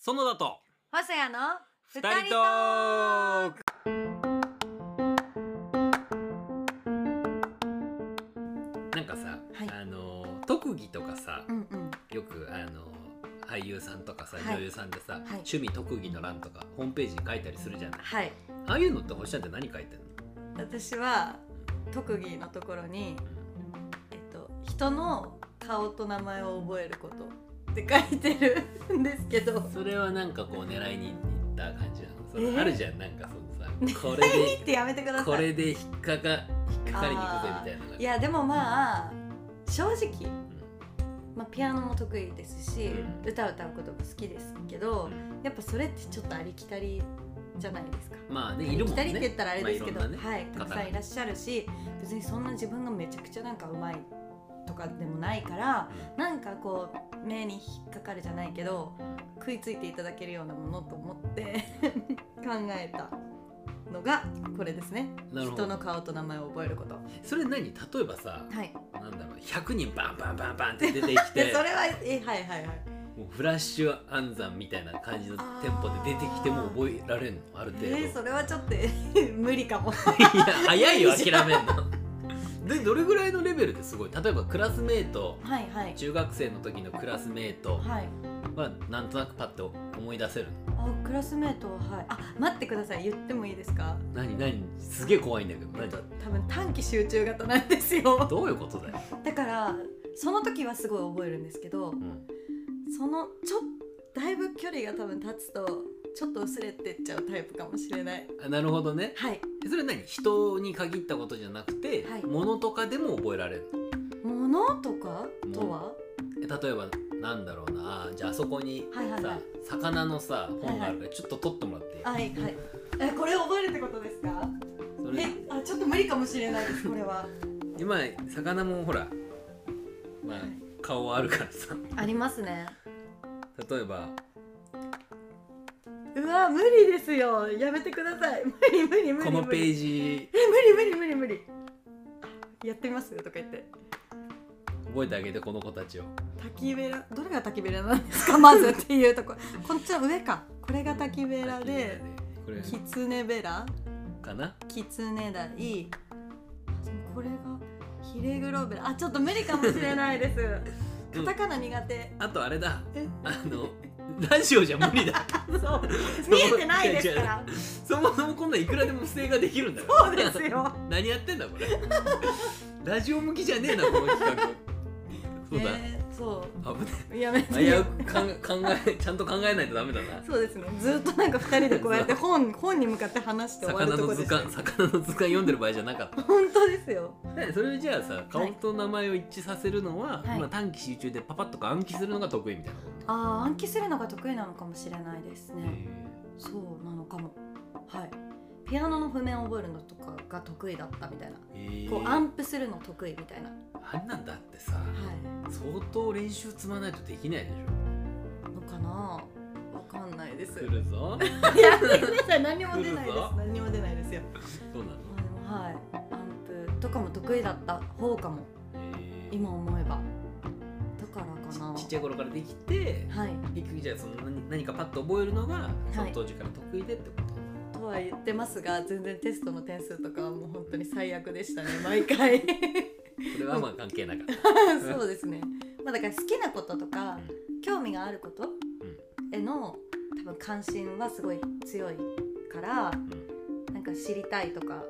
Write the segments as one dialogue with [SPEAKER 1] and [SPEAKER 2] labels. [SPEAKER 1] 園田と
[SPEAKER 2] 細谷の
[SPEAKER 1] 二人トークなんかさ、
[SPEAKER 2] はい
[SPEAKER 1] あのー特技とかさ
[SPEAKER 2] うんうん
[SPEAKER 1] よくあのー俳優さんとかさ
[SPEAKER 2] はい
[SPEAKER 1] 女優さんでさ、
[SPEAKER 2] い
[SPEAKER 1] 趣味特技の欄とかホームページに書いたりするじゃない
[SPEAKER 2] はい
[SPEAKER 1] ああいうのって星ちゃんって何書いてんの
[SPEAKER 2] 私は特技のところにえっと人の顔と名前を覚えることって書いてるんですけど
[SPEAKER 1] それはなんかこう狙いにいった感じなのそ
[SPEAKER 2] え
[SPEAKER 1] れ
[SPEAKER 2] ー
[SPEAKER 1] あるじゃんなんか そのさこれで
[SPEAKER 2] ってやめてくだ
[SPEAKER 1] こ
[SPEAKER 2] さい
[SPEAKER 1] れで引っかか引っかかりに行くぜみたいなのが
[SPEAKER 2] いやでもまあ正直
[SPEAKER 1] う
[SPEAKER 2] まあ、ピアノも得意ですし、
[SPEAKER 1] うん
[SPEAKER 2] 歌を歌うことも好きですけど
[SPEAKER 1] ん、うん
[SPEAKER 2] やっぱそれってちょっとありきたりじゃないですか。
[SPEAKER 1] まあね
[SPEAKER 2] あ
[SPEAKER 1] い
[SPEAKER 2] り
[SPEAKER 1] るも
[SPEAKER 2] き
[SPEAKER 1] ん
[SPEAKER 2] たりって言っ
[SPEAKER 1] ね
[SPEAKER 2] たらあれですけど、
[SPEAKER 1] まあいろんなね
[SPEAKER 2] はい、たくさんいらっしゃるし別にそんな自分がめちゃくちゃなんかうまいとかでもないからなんかこう目に引っかかるじゃないけど食いついていただけるようなものと思って 考えたのがこれですね
[SPEAKER 1] なるほど
[SPEAKER 2] 人の顔と名前を覚えること。は
[SPEAKER 1] それ何例えばさ
[SPEAKER 2] い、
[SPEAKER 1] なんだろう100人バンバンバンバンって出てきて
[SPEAKER 2] で それはえはいはいはい。
[SPEAKER 1] もうフラッシュ暗算みたいな感じのテンポで出てきても覚えられんのある程
[SPEAKER 2] え
[SPEAKER 1] 度、
[SPEAKER 2] ー、それはちょっと 無 理かも。
[SPEAKER 1] いや早いよ諦めんの でどれぐらいのレベルですごい例えばクラスメート
[SPEAKER 2] はいはい。
[SPEAKER 1] 中学生の時のクラスメート
[SPEAKER 2] はい。
[SPEAKER 1] はなんとなくパッと思い出せるの
[SPEAKER 2] あ、クラスメートははい。あ、待ってください。言ってもいいですか。
[SPEAKER 1] 何何すげえ怖いんだけど
[SPEAKER 2] えっ
[SPEAKER 1] 何
[SPEAKER 2] と、多分短期集中型なんですよ。
[SPEAKER 1] どういうことだよ、
[SPEAKER 2] だから、その時はすごい覚えるんですけど
[SPEAKER 1] う、ん
[SPEAKER 2] そのちょだいぶ距離が多分経つと。ちょっと薄れてっちゃうタイプかもしれない。
[SPEAKER 1] あなるほどね
[SPEAKER 2] はい。
[SPEAKER 1] それは何人に限ったことじゃなくて、
[SPEAKER 2] はい
[SPEAKER 1] 物とかでも覚えられる
[SPEAKER 2] 物とかとは。
[SPEAKER 1] え例えばなんだろうなあーじゃああそこに
[SPEAKER 2] はいはいは
[SPEAKER 1] さ
[SPEAKER 2] い。
[SPEAKER 1] 魚のさ本があるからちょっと取ってもらっていい、
[SPEAKER 2] はいはい。え、これ覚えるってことですか。
[SPEAKER 1] そ
[SPEAKER 2] え
[SPEAKER 1] れ、
[SPEAKER 2] あ、ちょっと無理かもしれないです。これは。
[SPEAKER 1] 今魚もほらまあ顔はあるからさ
[SPEAKER 2] ありますね。
[SPEAKER 1] 例えば
[SPEAKER 2] うわ無理ですよやめてください無理無理無理無理
[SPEAKER 1] このペ
[SPEAKER 2] ジ
[SPEAKER 1] ージ
[SPEAKER 2] え無理無理無理無理やってみますとか言って
[SPEAKER 1] 覚えてあげてこの子たちを
[SPEAKER 2] 焚きべらどれが焚きべらなんで すかまずっていうとここっちの上かこれが焚きべらで
[SPEAKER 1] これ
[SPEAKER 2] きつねべら
[SPEAKER 1] かな
[SPEAKER 2] きつねだいこれがヒレグロベラあちょっと無理かもしれないで す
[SPEAKER 1] う
[SPEAKER 2] カ
[SPEAKER 1] ん
[SPEAKER 2] タカナ苦 手
[SPEAKER 1] あとあれだ
[SPEAKER 2] え
[SPEAKER 1] あのラジオじゃ無理だ
[SPEAKER 2] そう見えてないですから
[SPEAKER 1] そもそもこんなんいくらでも不正ができるんだよ
[SPEAKER 2] そうですよ
[SPEAKER 1] 何やってんだこれラジオ向きじゃねえなこの 企画そうだ、
[SPEAKER 2] えーそ
[SPEAKER 1] 危ね
[SPEAKER 2] うやめ
[SPEAKER 1] え
[SPEAKER 2] て
[SPEAKER 1] 危うくかん考えちゃんと考えないとダメだな
[SPEAKER 2] そうですね。ずっとなんか二人でこうやって本本に向かって話して終わる
[SPEAKER 1] 魚
[SPEAKER 2] とこ
[SPEAKER 1] の図
[SPEAKER 2] です。
[SPEAKER 1] 鑑魚の図鑑読んでる場合じゃなかっ
[SPEAKER 2] 本当ですよ。
[SPEAKER 1] たねそれをじゃあさ顔と名前を一致させるのは、
[SPEAKER 2] はい
[SPEAKER 1] まあ、短期集中でパパッとか暗記するのが得意みたいなこと、
[SPEAKER 2] ああ暗記するのが得意なのかもしれないです
[SPEAKER 1] へ
[SPEAKER 2] ね。そうなのかも。はい。ピアノの譜面を覚えるのとかが得意だったみたいな。
[SPEAKER 1] えへえ
[SPEAKER 2] こうアンプするの得意みたいな。は
[SPEAKER 1] あんなんだってさ
[SPEAKER 2] い。
[SPEAKER 1] 相当練習積まないとできないでし
[SPEAKER 2] のかな。わかんな いです。
[SPEAKER 1] ょ来るぞ
[SPEAKER 2] やってください。何も出ない
[SPEAKER 1] 来
[SPEAKER 2] で
[SPEAKER 1] るぞ
[SPEAKER 2] す。何も出ないですよ。
[SPEAKER 1] そうなの
[SPEAKER 2] まあでもはい。アンプとかも得意だった方かも。
[SPEAKER 1] へえ
[SPEAKER 2] 今思えば。だからかな。
[SPEAKER 1] ちちっちゃい頃からできて
[SPEAKER 2] はい。
[SPEAKER 1] 結局じゃあその何何かパッと覚えるのがその
[SPEAKER 2] はい
[SPEAKER 1] 当時から得意でってこと、
[SPEAKER 2] とは言ってますが全然テストの点数とかはもう本当に最悪でしたね毎回
[SPEAKER 1] それはまあ関係なかった、
[SPEAKER 2] そうですねまあだから好きなこととか興味があることへの多分関心はすごい強いから
[SPEAKER 1] うん
[SPEAKER 2] なんか知りたいとか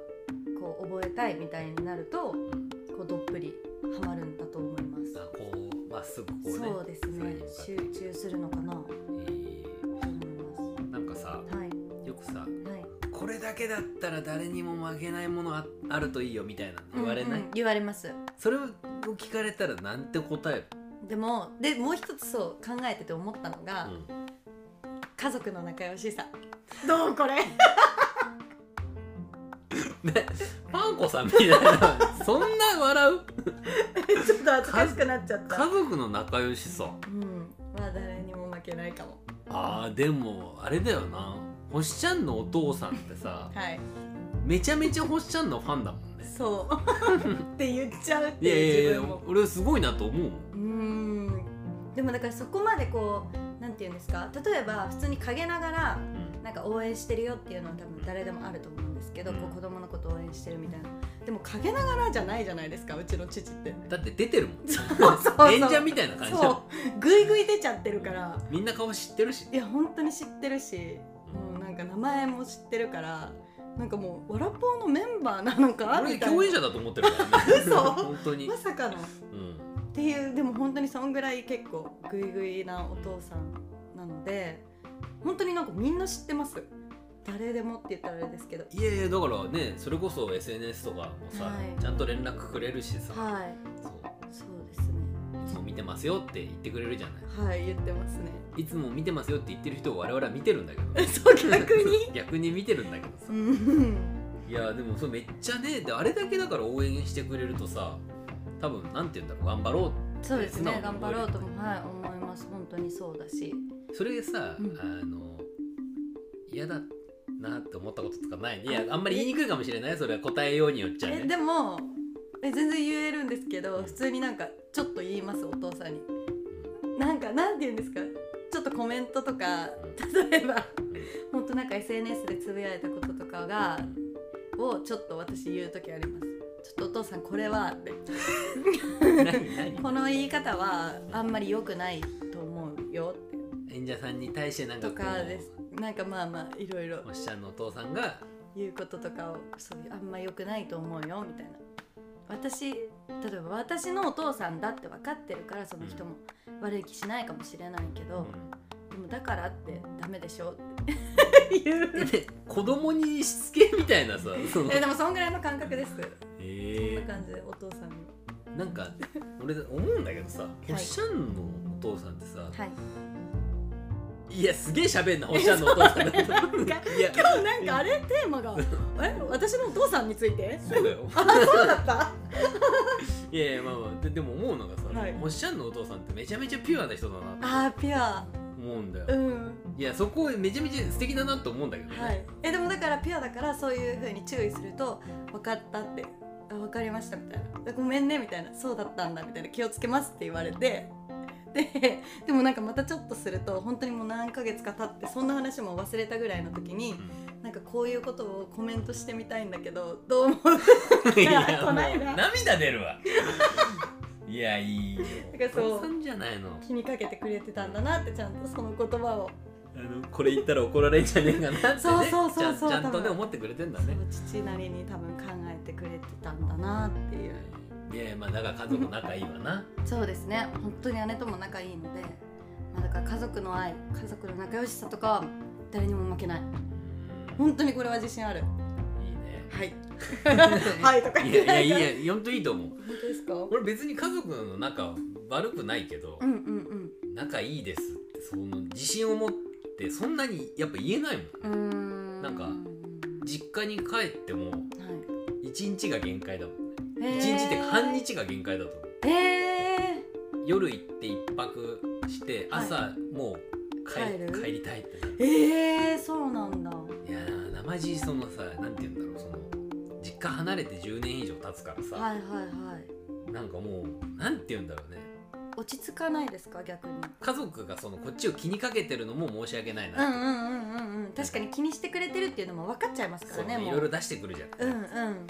[SPEAKER 2] こう覚えたいみたいになると
[SPEAKER 1] うん
[SPEAKER 2] こうどっぷりハマるんだと思います
[SPEAKER 1] あこうまっすぐこうね
[SPEAKER 2] そうです
[SPEAKER 1] それに向か
[SPEAKER 2] ね
[SPEAKER 1] って
[SPEAKER 2] 集中するのかなと
[SPEAKER 1] え
[SPEAKER 2] 思いま
[SPEAKER 1] ーなんかさ
[SPEAKER 2] すはい
[SPEAKER 1] よくさ
[SPEAKER 2] はい
[SPEAKER 1] これだけだったら誰にも負けないものああるといいよみたいなの言われない、
[SPEAKER 2] うんうん言われます
[SPEAKER 1] それを聞かれたらなんて答える、
[SPEAKER 2] でもでもう一つそう考えてて思ったのが、
[SPEAKER 1] うん
[SPEAKER 2] 家族の仲良しさどうこれ
[SPEAKER 1] パンコさんみたいな そんな笑う
[SPEAKER 2] ちょっと恥ずかしくなっちゃっ
[SPEAKER 1] 家
[SPEAKER 2] た
[SPEAKER 1] 族の仲良しさ
[SPEAKER 2] うんまあ誰にも負けないかも
[SPEAKER 1] あーでもあれだよな星ちゃんのお父さんってさ
[SPEAKER 2] はい
[SPEAKER 1] めちゃめちゃ星ちゃんのファンだもんね
[SPEAKER 2] そう って言っちゃうって
[SPEAKER 1] いやいやいう
[SPEAKER 2] い自
[SPEAKER 1] や
[SPEAKER 2] 分も
[SPEAKER 1] 俺すごいなと思うもん
[SPEAKER 2] うーんでもだからそこまでこうなんて言うんですか例えば普通に陰ながら
[SPEAKER 1] うん
[SPEAKER 2] なんか応援してるよっていうのは多分誰でもあると思うんですけど、
[SPEAKER 1] うん
[SPEAKER 2] こう子供のことを応援してるみたいなでも陰ながらじゃないじゃないですかうちの父って
[SPEAKER 1] だって出てるもん
[SPEAKER 2] う そうそう
[SPEAKER 1] 演者みたいな感じだも
[SPEAKER 2] そ
[SPEAKER 1] ん
[SPEAKER 2] うぐいぐい出ちゃってるから
[SPEAKER 1] みんな顔知ってるし
[SPEAKER 2] いや本当に知ってるしもうなんか名前も知ってるからなんかもうわらぽーのメンバーなのか
[SPEAKER 1] 俺
[SPEAKER 2] みたいな
[SPEAKER 1] 共演者だと思ってるからね
[SPEAKER 2] 嘘
[SPEAKER 1] 本当に
[SPEAKER 2] ま、さかのっ
[SPEAKER 1] うん
[SPEAKER 2] ていうでも本当にそんぐらい結構グイグイなお父さんなので本当になんかみんな知ってます誰でもって言ったらあれですけど
[SPEAKER 1] いやいやだからねそれこそ SNS とかもさ、
[SPEAKER 2] はい
[SPEAKER 1] ちゃんと連絡くれるしさ、
[SPEAKER 2] はい
[SPEAKER 1] そう
[SPEAKER 2] そうですね
[SPEAKER 1] いつも見てますよって言ってくれるじゃな
[SPEAKER 2] はい言ってますね
[SPEAKER 1] いいつも見てますよって言ってる人を我々は見てるんだけど
[SPEAKER 2] そう逆に
[SPEAKER 1] 逆に見てるんだけど
[SPEAKER 2] う
[SPEAKER 1] さ
[SPEAKER 2] ん
[SPEAKER 1] いやでもそれめっちゃねであれだけだから応援してくれるとさ多分なんて言うんだろう頑張ろ
[SPEAKER 2] そうですね
[SPEAKER 1] 素直
[SPEAKER 2] 頑
[SPEAKER 1] に
[SPEAKER 2] 張
[SPEAKER 1] 覚える
[SPEAKER 2] ろうともはい思います本当にそうだし
[SPEAKER 1] うそれでさ、
[SPEAKER 2] うん
[SPEAKER 1] あの嫌だなって思ったこととかないいやあんまり言いにくいかもしれないそれは答えようによっちゃ
[SPEAKER 2] え
[SPEAKER 1] ね
[SPEAKER 2] でもえ全然言えるんですけ
[SPEAKER 1] う
[SPEAKER 2] ど
[SPEAKER 1] ん
[SPEAKER 2] 普通になんかちょっと言いますお父さんになんかなんて言うんですかちょっとコメントとか例えばほんとなんか SNS でつぶやいたこととかがをちょっと私言う時ありますちょっとお父さんこれはって
[SPEAKER 1] うん何何
[SPEAKER 2] この言い方はあんまり良くないと思うよ
[SPEAKER 1] 演者さんに対してなんか
[SPEAKER 2] と
[SPEAKER 1] こ
[SPEAKER 2] か
[SPEAKER 1] う
[SPEAKER 2] ですなんかまあまあいろいろ
[SPEAKER 1] おっしゃるのお父さんが
[SPEAKER 2] 言うこととかをそういうあんま良くないと思うよみたいな私例えば私のお父さんだって分かってるからその人も悪い気しないかもしれないけど、でもだからってダメでしょって 言
[SPEAKER 1] で
[SPEAKER 2] う
[SPEAKER 1] ね子供にしつけみたいなさその
[SPEAKER 2] えでもそんぐらいの感覚ですそん
[SPEAKER 1] え
[SPEAKER 2] な感じでお父さんには
[SPEAKER 1] ーなんか俺思うんだけどさ
[SPEAKER 2] い
[SPEAKER 1] おっしゃんのお父さんってさ
[SPEAKER 2] はい
[SPEAKER 1] いやすげえ喋んなおっしゃんのお父さん
[SPEAKER 2] えそうなんか
[SPEAKER 1] いや
[SPEAKER 2] 今日なんかあれテーマ があれ私のお父さんについて
[SPEAKER 1] そうだよ
[SPEAKER 2] あそうだった
[SPEAKER 1] いやいやまあまあででも思うのがさ
[SPEAKER 2] はい
[SPEAKER 1] おっしゃんのお父さんってめちゃめちゃピュアな人だな
[SPEAKER 2] あーピュア
[SPEAKER 1] と思うんだよ
[SPEAKER 2] うん
[SPEAKER 1] いやそこめちゃめちゃ素敵だなと思うんだけど
[SPEAKER 2] は
[SPEAKER 1] ね
[SPEAKER 2] い、えでもだからピュアだからそういう風に注意すると「分かった」って「あ分かりました」みたいな「ごめんね」みたいな「そうだったんだ」みたいな「気をつけます」って言われてででもなんかまたちょっとすると本当にもう何ヶ月か経ってそんな話も忘れたぐらいの時になんかこういうことをコメントしてみたいんだけどどう思う
[SPEAKER 1] うん
[SPEAKER 2] いや こないだ
[SPEAKER 1] もう涙出るわいやいいよ
[SPEAKER 2] だからそう
[SPEAKER 1] お父さんじゃないの
[SPEAKER 2] 気にかけてくれてたんだなってちゃんとその言葉を
[SPEAKER 1] あのこれ言ったら怒られんじゃねえかなって、ね、
[SPEAKER 2] そうそうそうそう
[SPEAKER 1] ちゃんちゃんと
[SPEAKER 2] 多
[SPEAKER 1] ね
[SPEAKER 2] 分
[SPEAKER 1] 思ってくれてんだ
[SPEAKER 2] そ
[SPEAKER 1] ね
[SPEAKER 2] う父なりに多分考えてくれてたんだなっていう
[SPEAKER 1] いやいやまあだから家族仲いいわな
[SPEAKER 2] そうですね本当に姉とも仲いいので、まあ、だから家族の愛家族の仲良しさとかは誰にも負けない
[SPEAKER 1] うん
[SPEAKER 2] 本当にこれは自信ある
[SPEAKER 1] いいね
[SPEAKER 2] はい はいとか言って
[SPEAKER 1] いや
[SPEAKER 2] ない
[SPEAKER 1] い
[SPEAKER 2] いか
[SPEAKER 1] や
[SPEAKER 2] ら
[SPEAKER 1] いや本当いいと思う
[SPEAKER 2] 本当ですか
[SPEAKER 1] 俺別に家族の仲悪くないけど、
[SPEAKER 2] うんうん
[SPEAKER 1] 仲いいですってその自信を持ってそんなにやっぱ言えないもん
[SPEAKER 2] うんうーん
[SPEAKER 1] なんか
[SPEAKER 2] は
[SPEAKER 1] 実家に帰っても1日が限界だもん
[SPEAKER 2] いへー
[SPEAKER 1] 1日っていうか半日が限界だと思う
[SPEAKER 2] へえ
[SPEAKER 1] 夜行って1泊して
[SPEAKER 2] はい
[SPEAKER 1] 朝、もう帰
[SPEAKER 2] 帰る
[SPEAKER 1] 帰りたいってなる
[SPEAKER 2] えー、そうなんだ
[SPEAKER 1] いやーなまじそのさなんて言うんだろうその実家離れて10年以上経つからさ、
[SPEAKER 2] はいはいはい
[SPEAKER 1] なんかもうなんて言うんだろうね
[SPEAKER 2] 落ち着かないですか逆に
[SPEAKER 1] 家族がそのこっちを気にかけてるのも申し訳ないうな、
[SPEAKER 2] んうんうんうんうん確かに気にしてくれてるっていうのも分かっちゃいますか
[SPEAKER 1] そ
[SPEAKER 2] ら
[SPEAKER 1] う
[SPEAKER 2] ね
[SPEAKER 1] ねい
[SPEAKER 2] もう
[SPEAKER 1] ろいろ出してくるじゃん、
[SPEAKER 2] うんうん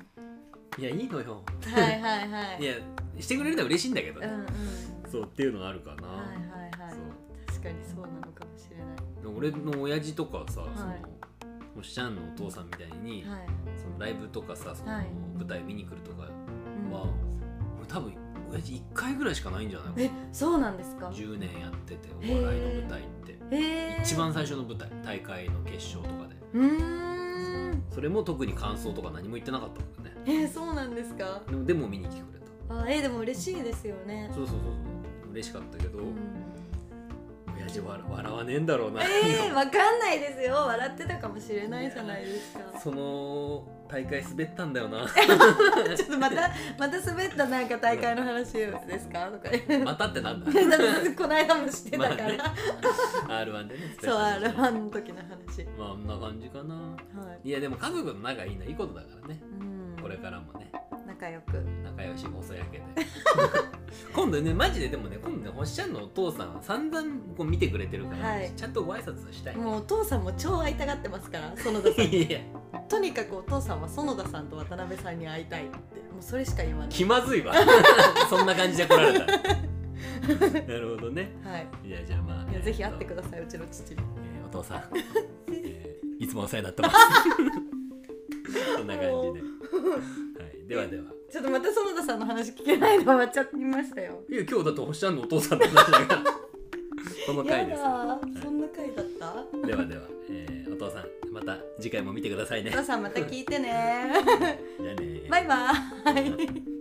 [SPEAKER 1] いやいいのよ
[SPEAKER 2] はいはいは い
[SPEAKER 1] いやしてくれるのは嬉しいんだけど
[SPEAKER 2] う
[SPEAKER 1] ね、
[SPEAKER 2] んうん
[SPEAKER 1] そうっていうのあるかな、
[SPEAKER 2] はいはいはい
[SPEAKER 1] そ
[SPEAKER 2] 確かにそうなのかもしれな
[SPEAKER 1] うで俺の親父とかさ、
[SPEAKER 2] い
[SPEAKER 1] そのおっしゃんのお父さんみたいに、
[SPEAKER 2] い。はい。
[SPEAKER 1] そのライブとかさその
[SPEAKER 2] はい
[SPEAKER 1] 舞台見に来るとかは、
[SPEAKER 2] うん
[SPEAKER 1] 俺多分親父1回ぐらいしかないんじゃない
[SPEAKER 2] え、そうなんですか。
[SPEAKER 1] 10年やっててお笑いの舞台って、
[SPEAKER 2] えー、
[SPEAKER 1] 一番。最初の舞台大会の決勝とかで
[SPEAKER 2] うーん。
[SPEAKER 1] それも特に感想とか何も言ってなかったからね
[SPEAKER 2] えー、そうなんですか。
[SPEAKER 1] でもでも見に来てくれた
[SPEAKER 2] あ、えー、でも嬉しいですよね。
[SPEAKER 1] そうそうそうそう嬉しかったけど、
[SPEAKER 2] うん
[SPEAKER 1] 親父わ笑わねえんだろうな、
[SPEAKER 2] えー、わかんないですよ。笑ってたかもしれないじゃないですか。
[SPEAKER 1] その大会滑ったんだよな
[SPEAKER 2] ちょっ とまた、また滑ったなんか大会の話ですかとか。
[SPEAKER 1] またってなんだ
[SPEAKER 2] だって この間もしてたから、
[SPEAKER 1] ま R1 でね
[SPEAKER 2] そう、
[SPEAKER 1] スペシャル
[SPEAKER 2] R1 の時の話。
[SPEAKER 1] まああんな感じかな
[SPEAKER 2] はい。
[SPEAKER 1] いやでも家族の仲いいのはいいことだからね
[SPEAKER 2] うん
[SPEAKER 1] これからもね
[SPEAKER 2] なん仲良く
[SPEAKER 1] 仲良し細や けで今度ねマジででもね今度ね星ちゃんのお父さん散々こう見てくれてるから、
[SPEAKER 2] はい
[SPEAKER 1] ちゃんとご挨拶 したいね
[SPEAKER 2] もうお父さんも超会いたがってますから園 田さんに
[SPEAKER 1] いや
[SPEAKER 2] とにかくお父さんは園田さんと渡辺さんに会いたいってもうそれしか言わない
[SPEAKER 1] 気まずいわ そんな感じで来られた らなるほどね
[SPEAKER 2] はい
[SPEAKER 1] いやじゃあまあ
[SPEAKER 2] いやぜひ会って
[SPEAKER 1] だ
[SPEAKER 2] くださいうちの父に
[SPEAKER 1] えーお父さん、 えーいつもお世話になってます そんな感じで、はい、ではでは
[SPEAKER 2] ちょっとまた園田さんの話聞けないの終わっちゃいましたよ
[SPEAKER 1] いや今日だって星ちゃんのお父さんの話だから この
[SPEAKER 2] や
[SPEAKER 1] 回
[SPEAKER 2] だ
[SPEAKER 1] です
[SPEAKER 2] ーそんな回 だった
[SPEAKER 1] ではでは、えーお父さんま た次回も見てくださいね
[SPEAKER 2] お父さんまた聞いてね
[SPEAKER 1] じゃあね
[SPEAKER 2] バイバーイ